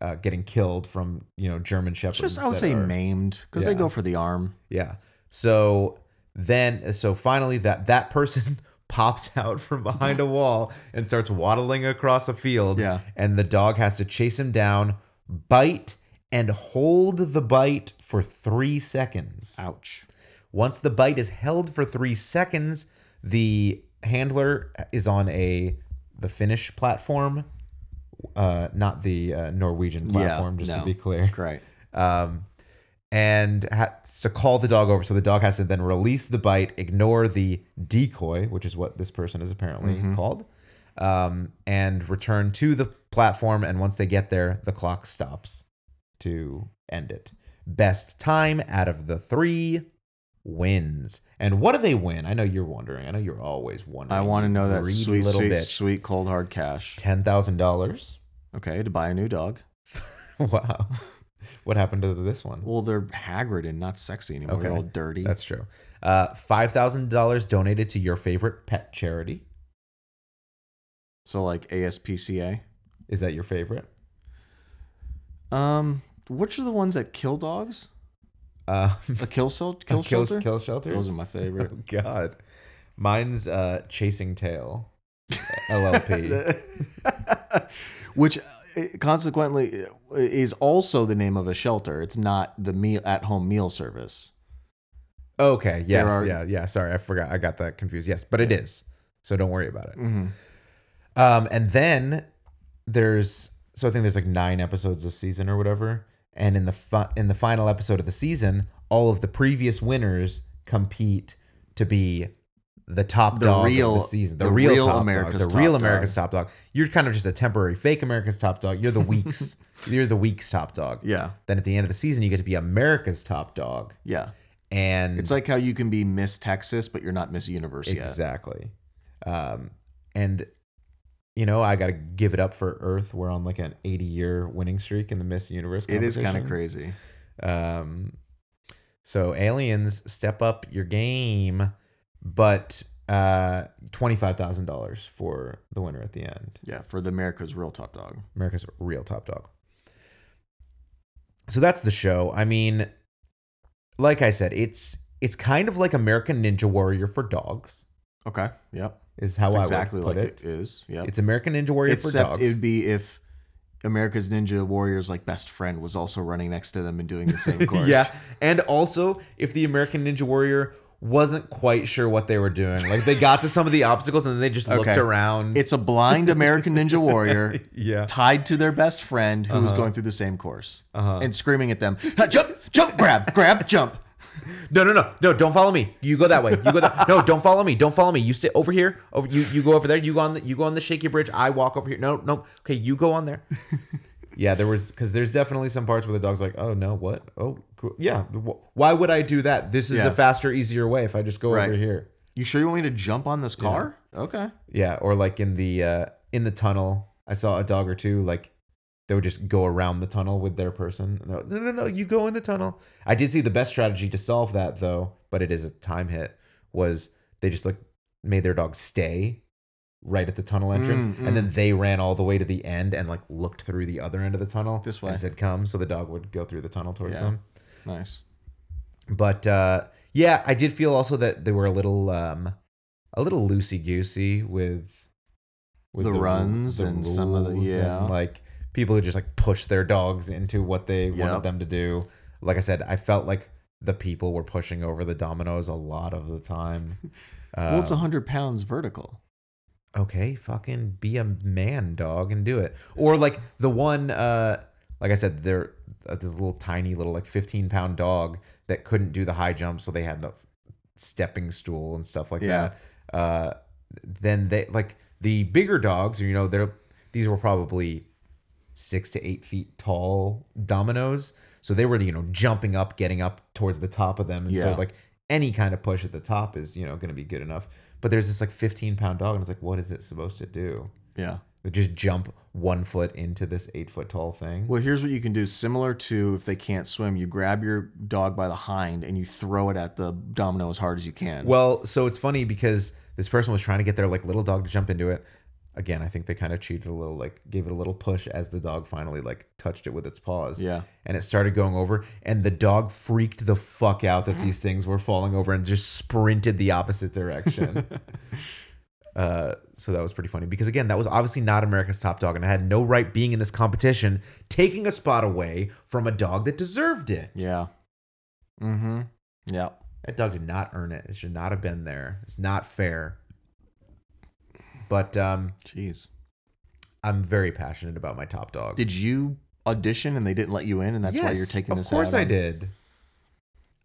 uh, getting killed from you know German shepherds. just i would that say are- maimed because Yeah. they go for the arm yeah. So then, so finally, that that person pops out from behind a wall and starts waddling across a field. Yeah. And the dog has to chase him down, bite, and hold the bite for three seconds. ouch Once the bite is held for three seconds, the handler is on a the Finnish platform, uh, not the uh, Norwegian platform. just no. to be clear, great um, and has to call the dog over. So the dog has to then release the bite, ignore the decoy, which is what this person is apparently Mm-hmm. called, um, and return to the platform. And once they get there, the clock stops to end it. Best time out of the three wins. And what do they win? I know you're wondering. I know you're always wondering. i want to you know that greedy sweet little sweet bitch. sweet cold hard cash Ten thousand dollars. okay to buy a new dog Wow. what happened to this one? Well, they're haggard and not sexy anymore. They're Okay. all dirty. That's true. Uh, five thousand dollars donated to your favorite pet charity. so like ASPCA. Is that your favorite? Um, which are the ones that kill dogs? Uh, The kill cell, kill shelter. Kill shelter. Those are my favorite. Oh, God, mine's uh, chasing tail. LLP. which uh, consequently uh, is also the name of a shelter. It's not the meal at home meal service. Okay. Yes. are- yeah. Yeah. Sorry, I forgot. I got that confused. Yes, but it is. So don't worry about it. Mm-hmm. Um, and then there's so I think there's like nine episodes this season or whatever. And in the fi- in the final episode of the season, all of the previous winners compete to be the top The dog real- of the season, the, the real, real top America's dog, the top real dog. America's top dog. You're kind of just a temporary fake America's top dog. You're the week's, you're the week's top dog. Yeah. Then at the end of the season, you get to be America's top dog, Yeah. and It's like how you can be Miss Texas, but you're not Miss Universe yet. Mm-hmm. Exactly. Um, and you know, I got to give it up for Earth. We're on like an 80 year winning streak in the Miss Universe. It is kind of competition. crazy. Um, so aliens step up your game, but uh, twenty five thousand dollars for the winner at the end. Yeah. For the America's Real Top Dog. America's real top dog. So that's the show. I mean, like I said, it's it's kind of like American Ninja Warrior for dogs. Okay. Yep. Is how It's I exactly would put like it is. Yep. It's American Ninja Warrior for Except dogs. it would be if America's Ninja Warrior's like best friend was also running next to them and doing the same course. yeah, and also if the American Ninja Warrior wasn't quite sure what they were doing, like they got to some of the obstacles and then they just looked Okay. around. It's a blind American Ninja Warrior yeah, tied to their best friend who was Uh-huh. going through the same course Uh-huh. and screaming at them, "Ha, jump, jump, grab, grab, jump. no, no, no, no! Don't follow me. You go that way. You go that. no, don't follow me. Don't follow me. You sit over here. Over you. You go over there. You go on the. You go on the shaky bridge. I walk over here. No, no. Okay, you go on there. yeah, there was because there's definitely some parts where the dog's like, oh no, what? Oh, cool. yeah. wh- Why would I do that? This is Yeah. a faster, easier way if I just go Right. over here. You sure you want me to jump on this car? Okay. Yeah, or like in the uh in the tunnel, I saw a dog or two like they would just go around the tunnel with their person. And they're like, no, no, no, you go in the tunnel. I did see the best strategy to solve that though, but it is a time hit. Was they just like made their dog stay right at the tunnel entrance, Mm, mm. and then they ran all the way to the end and like looked through the other end of the tunnel. This way. and said come, so the dog would go through the tunnel towards Yeah. them. Nice. But uh, yeah, I did feel also that they were a little um, a little loosey goosey with The runs and some of the- rules yeah. like people who just like push their dogs into what they wanted Yep. them to do. Like I said, I felt like the people were pushing over the dominoes a lot of the time. well, it's Um, 100 pounds vertical. okay, fucking be a man, dog, and do it. Or like the one, uh, like I said, there uh, this little tiny little like fifteen pound dog that couldn't do the high jump, so they had the stepping stool and stuff like Yeah. that. Uh, then they like the bigger dogs, you know, they're these were probably six to eight feet tall dominoes. So they were, you know, jumping up, getting up towards the top of them. And so Yeah. like any kind of push at the top is, you know, gonna be good enough. But there's this like 15 pound dog, and it's like, what is it supposed to do? Yeah. Like, Just jump one foot into this eight foot tall thing. Well, here's what you can do. Similar to if they can't swim, you grab your dog by the hind and you throw it at the domino as hard as you can. Well, so it's funny because this person was trying to get their like little dog to jump into it. Again, I think they kind of cheated a little, like gave it a little push as the dog finally like touched it with its paws. Yeah. And it started going over, and the dog freaked the fuck out that these things were falling over and just sprinted the opposite direction. uh, so that was pretty funny because again, that was obviously not America's Top Dog, and I had no right being in this competition, taking a spot away from a dog that deserved it. yeah. Mm Mm-hmm. hmm. Yeah. That dog did not earn it. It should not have been there. It's not fair. But um, Jeez. I'm very passionate about my top dogs. Did you audition and they didn't let you in, and that's why you're Yes, taking this? Of course, out I on- did.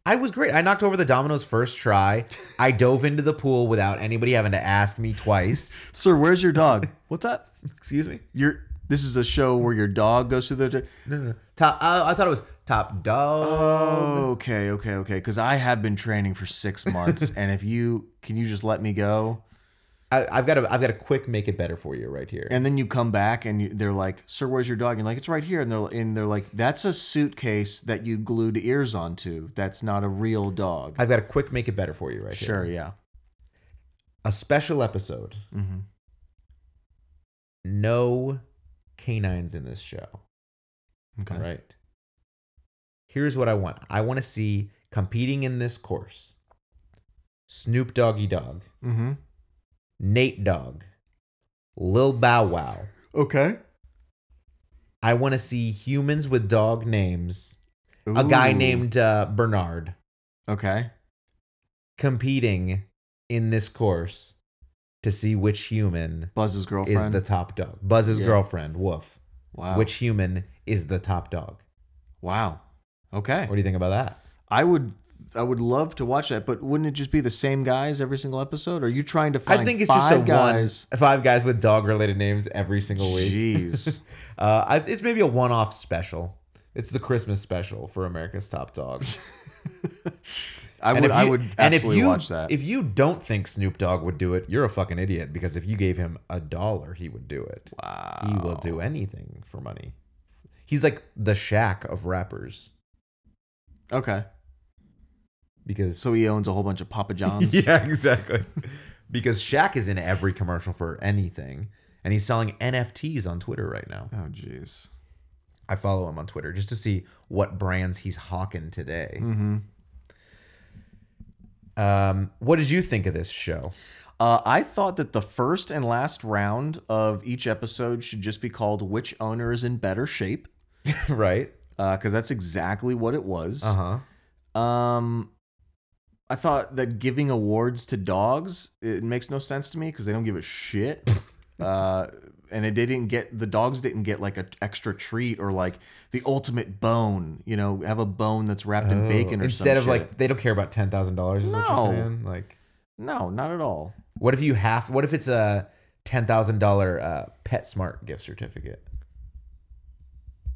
I was great. I knocked over the dominoes first try. I dove into the pool without anybody having to ask me twice. Sir, where's your dog? What's up? Excuse me. You're. This is a show where your dog goes through the. No, no, no. Top. I, I thought it was top dog. Oh, okay, okay, okay. Because I have been training for six months, and if you can, you just let me go, I, I've got a. I've got a quick make it better for you right here. and then you come back, and you, they're like, "Sir, where's your dog?" And you're like, "It's right here," and they're and they're like, "That's a suitcase that you glued ears onto. That's not a real dog." I've got a quick make it better for you right here. Sure, yeah. A special episode. Mm-hmm. No canines in this show. Okay. All right. Here's what I want. I want to see competing in this course. Snoop Doggy Dog, Mm-hmm. Nate Dogg, Lil Bow Wow. Okay. I want to see humans with dog names. A guy Ooh. named uh, Bernard Okay. competing in this course to see which human Buzz's is girlfriend. the top dog. Buzz's Yeah. girlfriend, Woof. wow. Which human is the top dog? Wow. Okay. What do you think about that? I would I would love to watch that, but wouldn't it just be the same guys every single episode? Are you trying to find? I think it's just five a guys. one five guys with dog related names every single week. Jeez, Uh, I, it's maybe a one off special. It's the Christmas special for America's Top Dog. I would. if I you- would and if absolutely you- watch that. If you don't think Snoop Dogg would do it, you're a fucking idiot because if you gave him a dollar, he would do it. wow, He will do anything for money. He's like the shack of rappers Okay, because so he owns a whole bunch of Papa Johns. yeah, exactly. because Shaq is in every commercial for anything, and he's selling NFTs on Twitter right now. Oh, jeez. I follow him on Twitter just to see what brands he's hawking today. Mm-hmm. Um, what did you think of this show? Uh, I thought that the first and last round of each episode should just be called "Which Owner Is in Better Shape," right? because that's exactly what it was. Uh huh. Um, I thought that giving awards to dogs it makes no sense to me because they don't give a shit. uh, and it didn't get the dogs didn't get like an extra treat or like the ultimate bone. You know, have a bone that's wrapped in bacon Oh. or instead some of shit. like they don't care about ten thousand dollars. No. Like, no, not at all. what if you have? What if it's a ten thousand dollar uh, PetSmart gift certificate?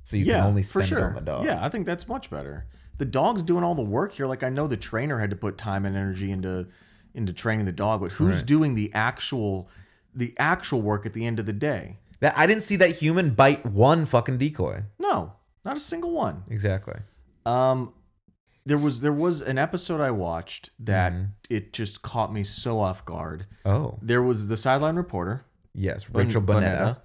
So you yeah, can only for spend sure. it on the dog. Yeah, I think that's much better. The dog's doing all the work here. Like I know the trainer had to put time and energy into into training the dog, but who's Right. doing the actual the actual work at the end of the day? That I didn't see that human bite one fucking decoy. No, not a single one. Exactly. Um, there was there was an episode I watched that Mhm. it just caught me so off guard. Oh There was the sideline reporter yes, Bun- Rachel Bonetta.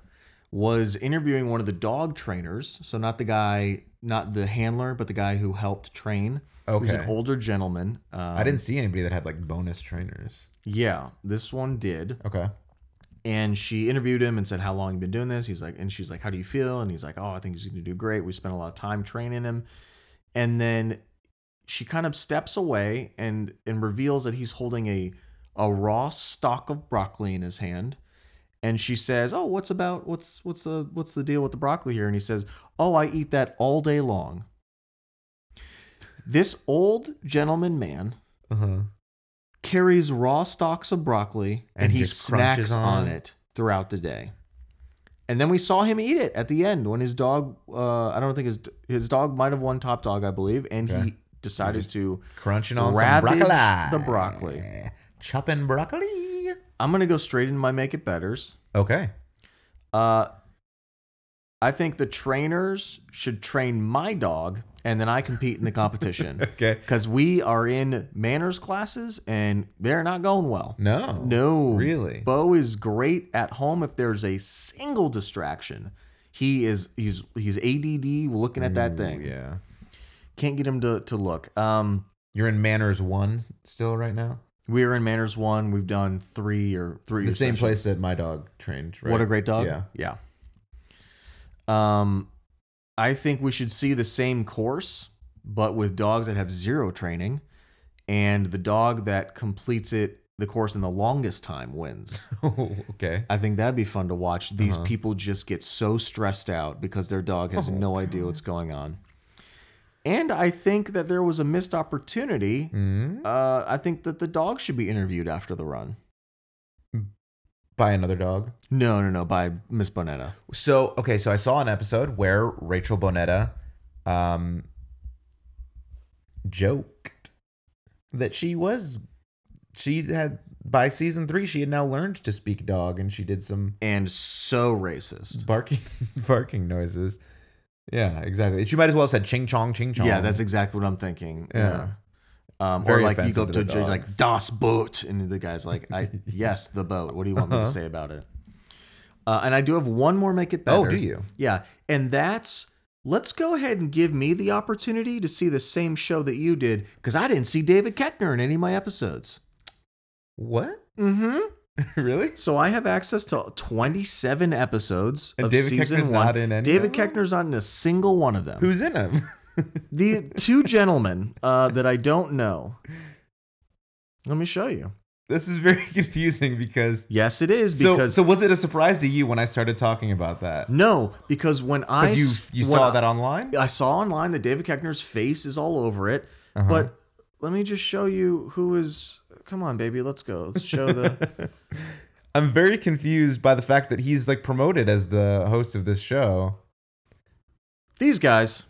was interviewing one of the dog trainers, so not the guy, not the handler, but the guy who helped train. He was an Okay. older gentleman. Um, I didn't see anybody that had like bonus trainers. Yeah, this one did. Okay. And she interviewed him and said, "How long you been doing this?" He's like, and she's like, "How do you feel?" And he's like, "Oh, I think he's going to do great. We spent a lot of time training him." And then she kind of steps away and and reveals that he's holding a a raw stalk of broccoli in his hand. And she says, "Oh, what's about what's what's the what's the deal with the broccoli here?" And he says, "Oh, I eat that all day long." This old gentleman man Uh Mm-hmm. huh. carries raw stalks of broccoli and, And he just crunches snacks on on it. it throughout the day. And then we saw him eat it at the end when his dog. Uh, I don't think his his dog might have won top dog, I believe, and Okay. he decided to. Crunching on some Ravage broccoli. the broccoli. Chopping broccoli. I'm gonna go straight into my make it betters. Okay. Uh, I think the trainers should train my dog, and then I compete in the competition Okay. because we are in manners classes, and they're not going well. No. No. Oh, Really? Bo is great at home if there's a single distraction. He is he's he's ADD looking at that Ooh, thing. Yeah. Can't get him to to look. Um You're in Manners One still right now. we are in Manners 1. We've done 3 or 3 The or same sessions. place that my dog trained. Right? What a great dog. Yeah. Yeah. Um I think we should see the same course but with dogs that have zero training and the dog that completes it the course in the longest time wins. Oh, okay. I think that'd be fun to watch. These Uh-huh. people just get so stressed out because their dog has Oh, no idea what's going on. And I think that there was a missed opportunity. Mm? Uh, I think that the dog should be interviewed after the run. By another dog. No, no, no, by Miss Bonetta. So okay, so I saw an episode where Rachel Bonetta um joked that she was she had by season three she had now learned to speak dog and she did some And so racist. barking barking noises. Yeah, exactly. She might as well have said ching chong ching chong. Yeah, that's exactly what I'm thinking. Yeah. Um, or Very like you go offensive to up to a the judge dogs. like Das Boot, and the guy's like, I, "Yes, the boat. What do you want me Uh-huh. to say about it?" Uh, and I do have one more make it better. Oh, do you? Yeah, and that's let's go ahead and give me the opportunity to see the same show that you did because I didn't see David Keckner in any of my episodes. What? Mm-hmm. really? So I have access to 27 episodes And of David season Koechner's one. not in any David of them? Keckner's not in a single one of them. Who's in them? the two gentlemen uh, that I don't know? Let me show you. this is very confusing because Yes, it is so, because so was it a surprise to you when I started talking about that? no, because when I Because you s- you when saw I- that online? I saw online that David Keckner's face is all over it, Uh-huh. but let me just show you who is. Come on, baby, let's go. Let's show the. I'm very confused by the fact that he's like promoted as the host of this show. These guys.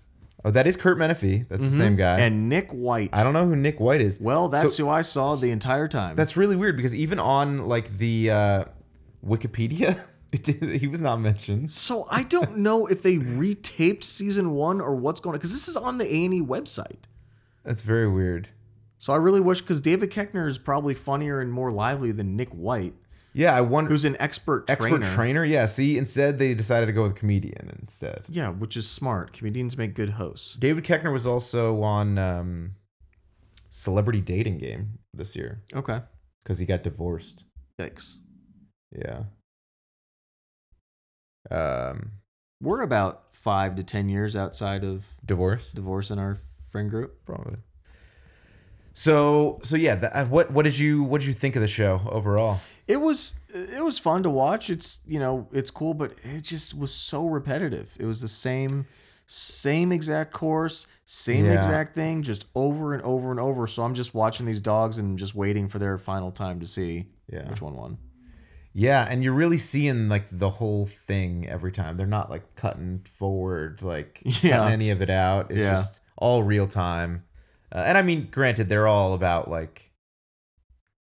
Oh, that is Kurt Menefee. That's the same guy. Mm-hmm. And Nick White. I don't know who Nick White is. well, that's So- who I saw the entire time. That's really weird because even on like the uh, Wikipedia, it did, he was not mentioned. so I don't know if they retaped season one or what's going on because this is on the A and E website. That's very weird. So I really wish because David Keckner is probably funnier and more lively than Nick White, Yeah, I wonder who's an expert expert trainer. trainer. Yeah, see, instead they decided to go with comedian instead. Yeah, which is smart. Comedians make good hosts. David Keckner was also on um, Celebrity Dating Game this year Okay. because he got divorced. Yikes. Yeah. Um, We're about five to ten years outside of divorce. divorce in our friend group. Probably. So so yeah, that, uh, what what did you what did you think of the show overall? It was it was fun to watch. It's you know it's cool, but it just was so repetitive. It was the same same exact course, same Yeah. exact thing, just over and over and over. So I'm just watching these dogs and just waiting for their final time to see Yeah. which one won. Yeah, and you're really seeing like the whole thing every time. They're not like cutting forward, like Yeah. cutting any of it out. It's Yeah. just all real time. Uh, and I mean, granted, they're all about like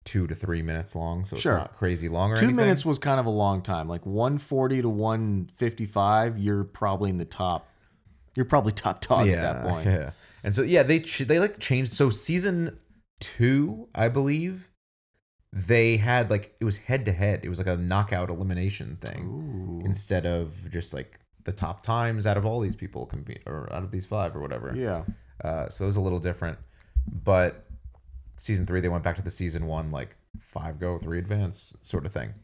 two to three minutes long, so Sure. it's not crazy long or Two anything. minutes was kind of a long time. Like 140 to 155, you're probably in the top. You're probably top dog at that point. Yeah. And so yeah, they ch- they like changed. So season two, I believe, they had like it was head to head. It was like a knockout elimination thing Ooh. instead of just like the top times out of all these people can be or out of these five or whatever. Yeah. Uh, so it was a little different, but season three they went back to the season one like five go three advance sort of thing.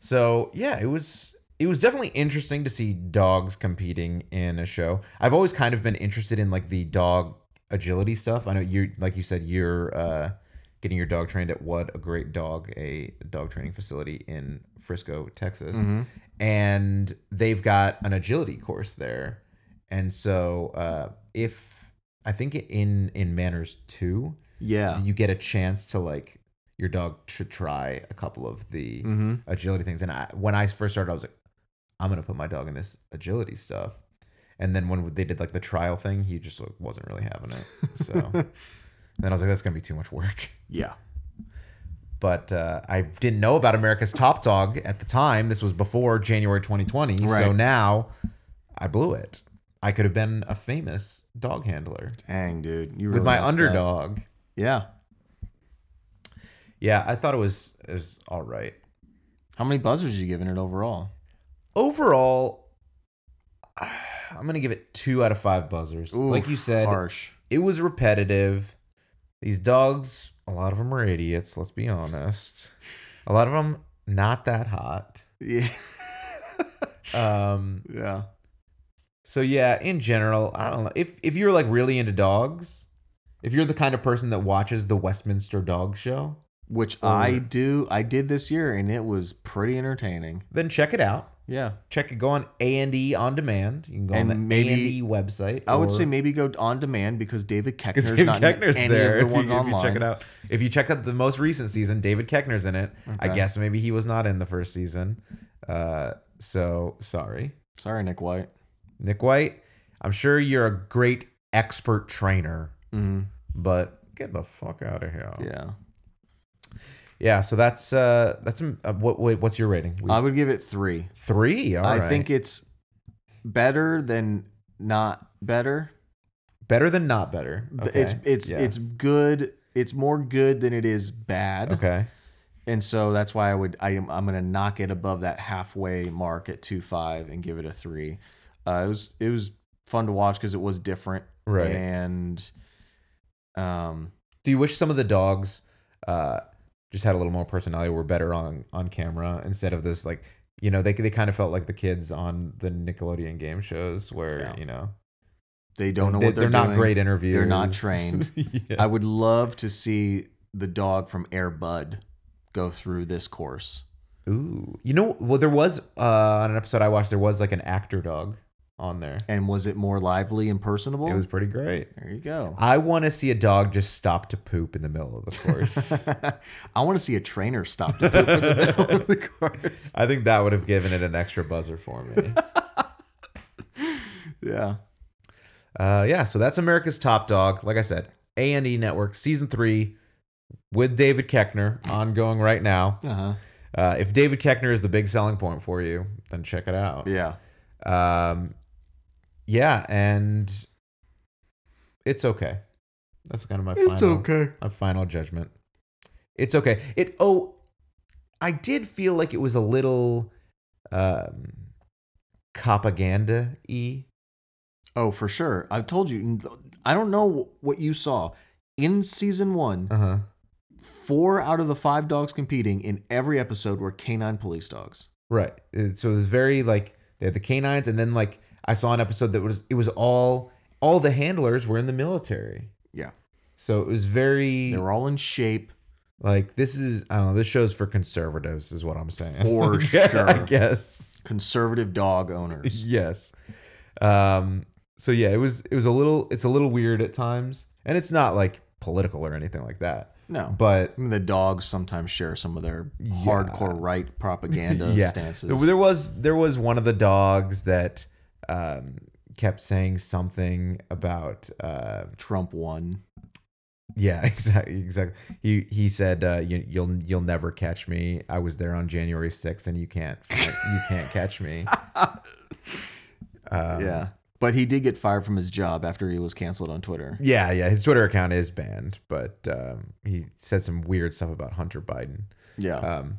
So yeah, it was it was definitely interesting to see dogs competing in a show. I've always kind of been interested in like the dog agility stuff. I know you like you said you're uh, getting your dog trained at what a great dog a dog training facility in Frisco, Texas, and they've got an agility course there. And so uh, if I think in in Manners two Yeah. you get a chance to like your dog to try a couple of the Mm-hmm. agility things. And I, when I first started, I was like, I'm gonna put my dog in this agility stuff. And then when they did like the trial thing, he just like, wasn't really having it. So and then I was like, that's gonna be too much work. Yeah. But uh, I didn't know about America's Top Dog at the time. This was before January 2020. So Right. now I blew it. I could have been a famous dog handler Dang, dude. You really with my messed up. underdog. Yeah. Yeah, I thought it was it was all right. How many buzzers you giving it overall? Overall, I'm gonna give it two out of five buzzers. like you Oof, said, harsh. it was repetitive. These dogs, a lot of them are idiots. Let's be honest. A lot of them not that hot. Yeah. Um, yeah. so yeah, in general, I don't know if if you're like really into dogs, if you're the kind of person that watches the Westminster Dog Show, Which Or- I do. I did this year, and it was pretty entertaining. then check it out. Yeah. Check. Go on A and E on demand. You can go And on the maybe- A and E website. I would or- say maybe go on demand because David Because Keckner's David not Keckner's in any there. of if the you- ones if you, online. check it out, if you check out the most recent season, David Keckner's in it. I Okay. guess maybe he was not in the first season. Uh, so sorry, Sorry, Nick White. Nick White. I'm sure you're a great expert trainer, Mm-hmm. but get the fuck out of here. Yeah. Yeah, So that's uh, that's um, uh, what? Wait, what's your rating? We- I would give it three. three. All Uh, I right. think it's better than not better. better than not better. But It's Okay. it's Yes. it's good. It's more good than it is bad. okay. And so that's why I would I am I'm gonna knock it above that halfway mark at two five and give it a three. Uh, it was it was fun to watch because it was different. Right. And um Do you wish some of the dogs uh, just had a little more personality, were better on on camera instead of this like you know they they kind of felt like the kids on the Nickelodeon game shows where Yeah. you know they don't know they, what they're, are not doing. great interviews. not trained. yeah. I would love to see the dog from Air Bud go through this course. Ooh, you know, well there was uh, on an episode I watched there was like an actor dog. on there. And was it more lively and personable? It was pretty great. there you go. I want to see a dog just stop to poop in the middle of the course. I want to see a trainer stop to poop in the middle of the course. I think that would have given it an extra buzzer for me. Yeah. Uh, yeah, so that's America's Top Dog. Like I said, A and E Network season three with David Keckner ongoing right now. Uh-huh. Uh, if David Keckner is the big selling point for you, then check it out. Yeah. Um, yeah, and it's okay. That's kind of my final, my final judgment. It's okay. It oh, I did feel like it was a little um, propaganda y. Oh, for sure. I've told you. I don't know what you saw in season one. Uh huh. Four out of the five dogs competing in every episode were canine police dogs. Right. It- So it's very like they had the canines, and then like I saw an episode that was it was all all the handlers were in the military. Yeah. So it was very They were all in shape. like this is I don't know this show's for conservatives is what I'm saying For I guess- sure. I guess Conservative dog owners. yes. Um. So yeah, it was it was a little it's a little weird at times, and it's not like political or anything like that, No. but. I mean, the dogs sometimes share some of their Yeah. hardcore right propaganda yeah. stances. There was there was one of the dogs that um, kept saying something about uh, Trump won. yeah exactly exactly he he said uh, you, you'll you'll never catch me I was there on January 6th and you can't you can't catch me um, yeah. But he did get fired from his job after he was canceled on Twitter. yeah yeah his Twitter account is banned but um, he said some weird stuff about Hunter Biden Yeah. Um,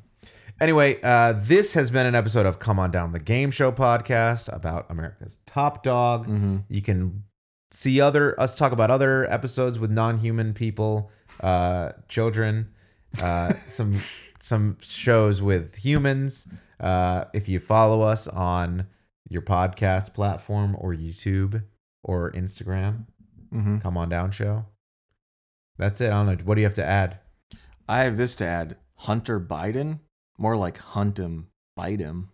anyway, uh, this has been an episode of Come On Down the Game Show podcast about America's Top Dog. Mhm. You can see other us talk about other episodes with non-human people, uh, children, uh, some some shows with humans. Uh, if you follow us on your podcast platform or YouTube or Instagram, mm-hmm. Come On Down Show. That's it. I don't know. What do you have to add? I have this to add. Hunter Biden? More like hunt him, bite him.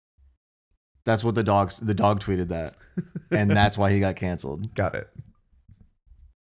That's what the dogs the dog tweeted that. and that's why he got canceled. Got it.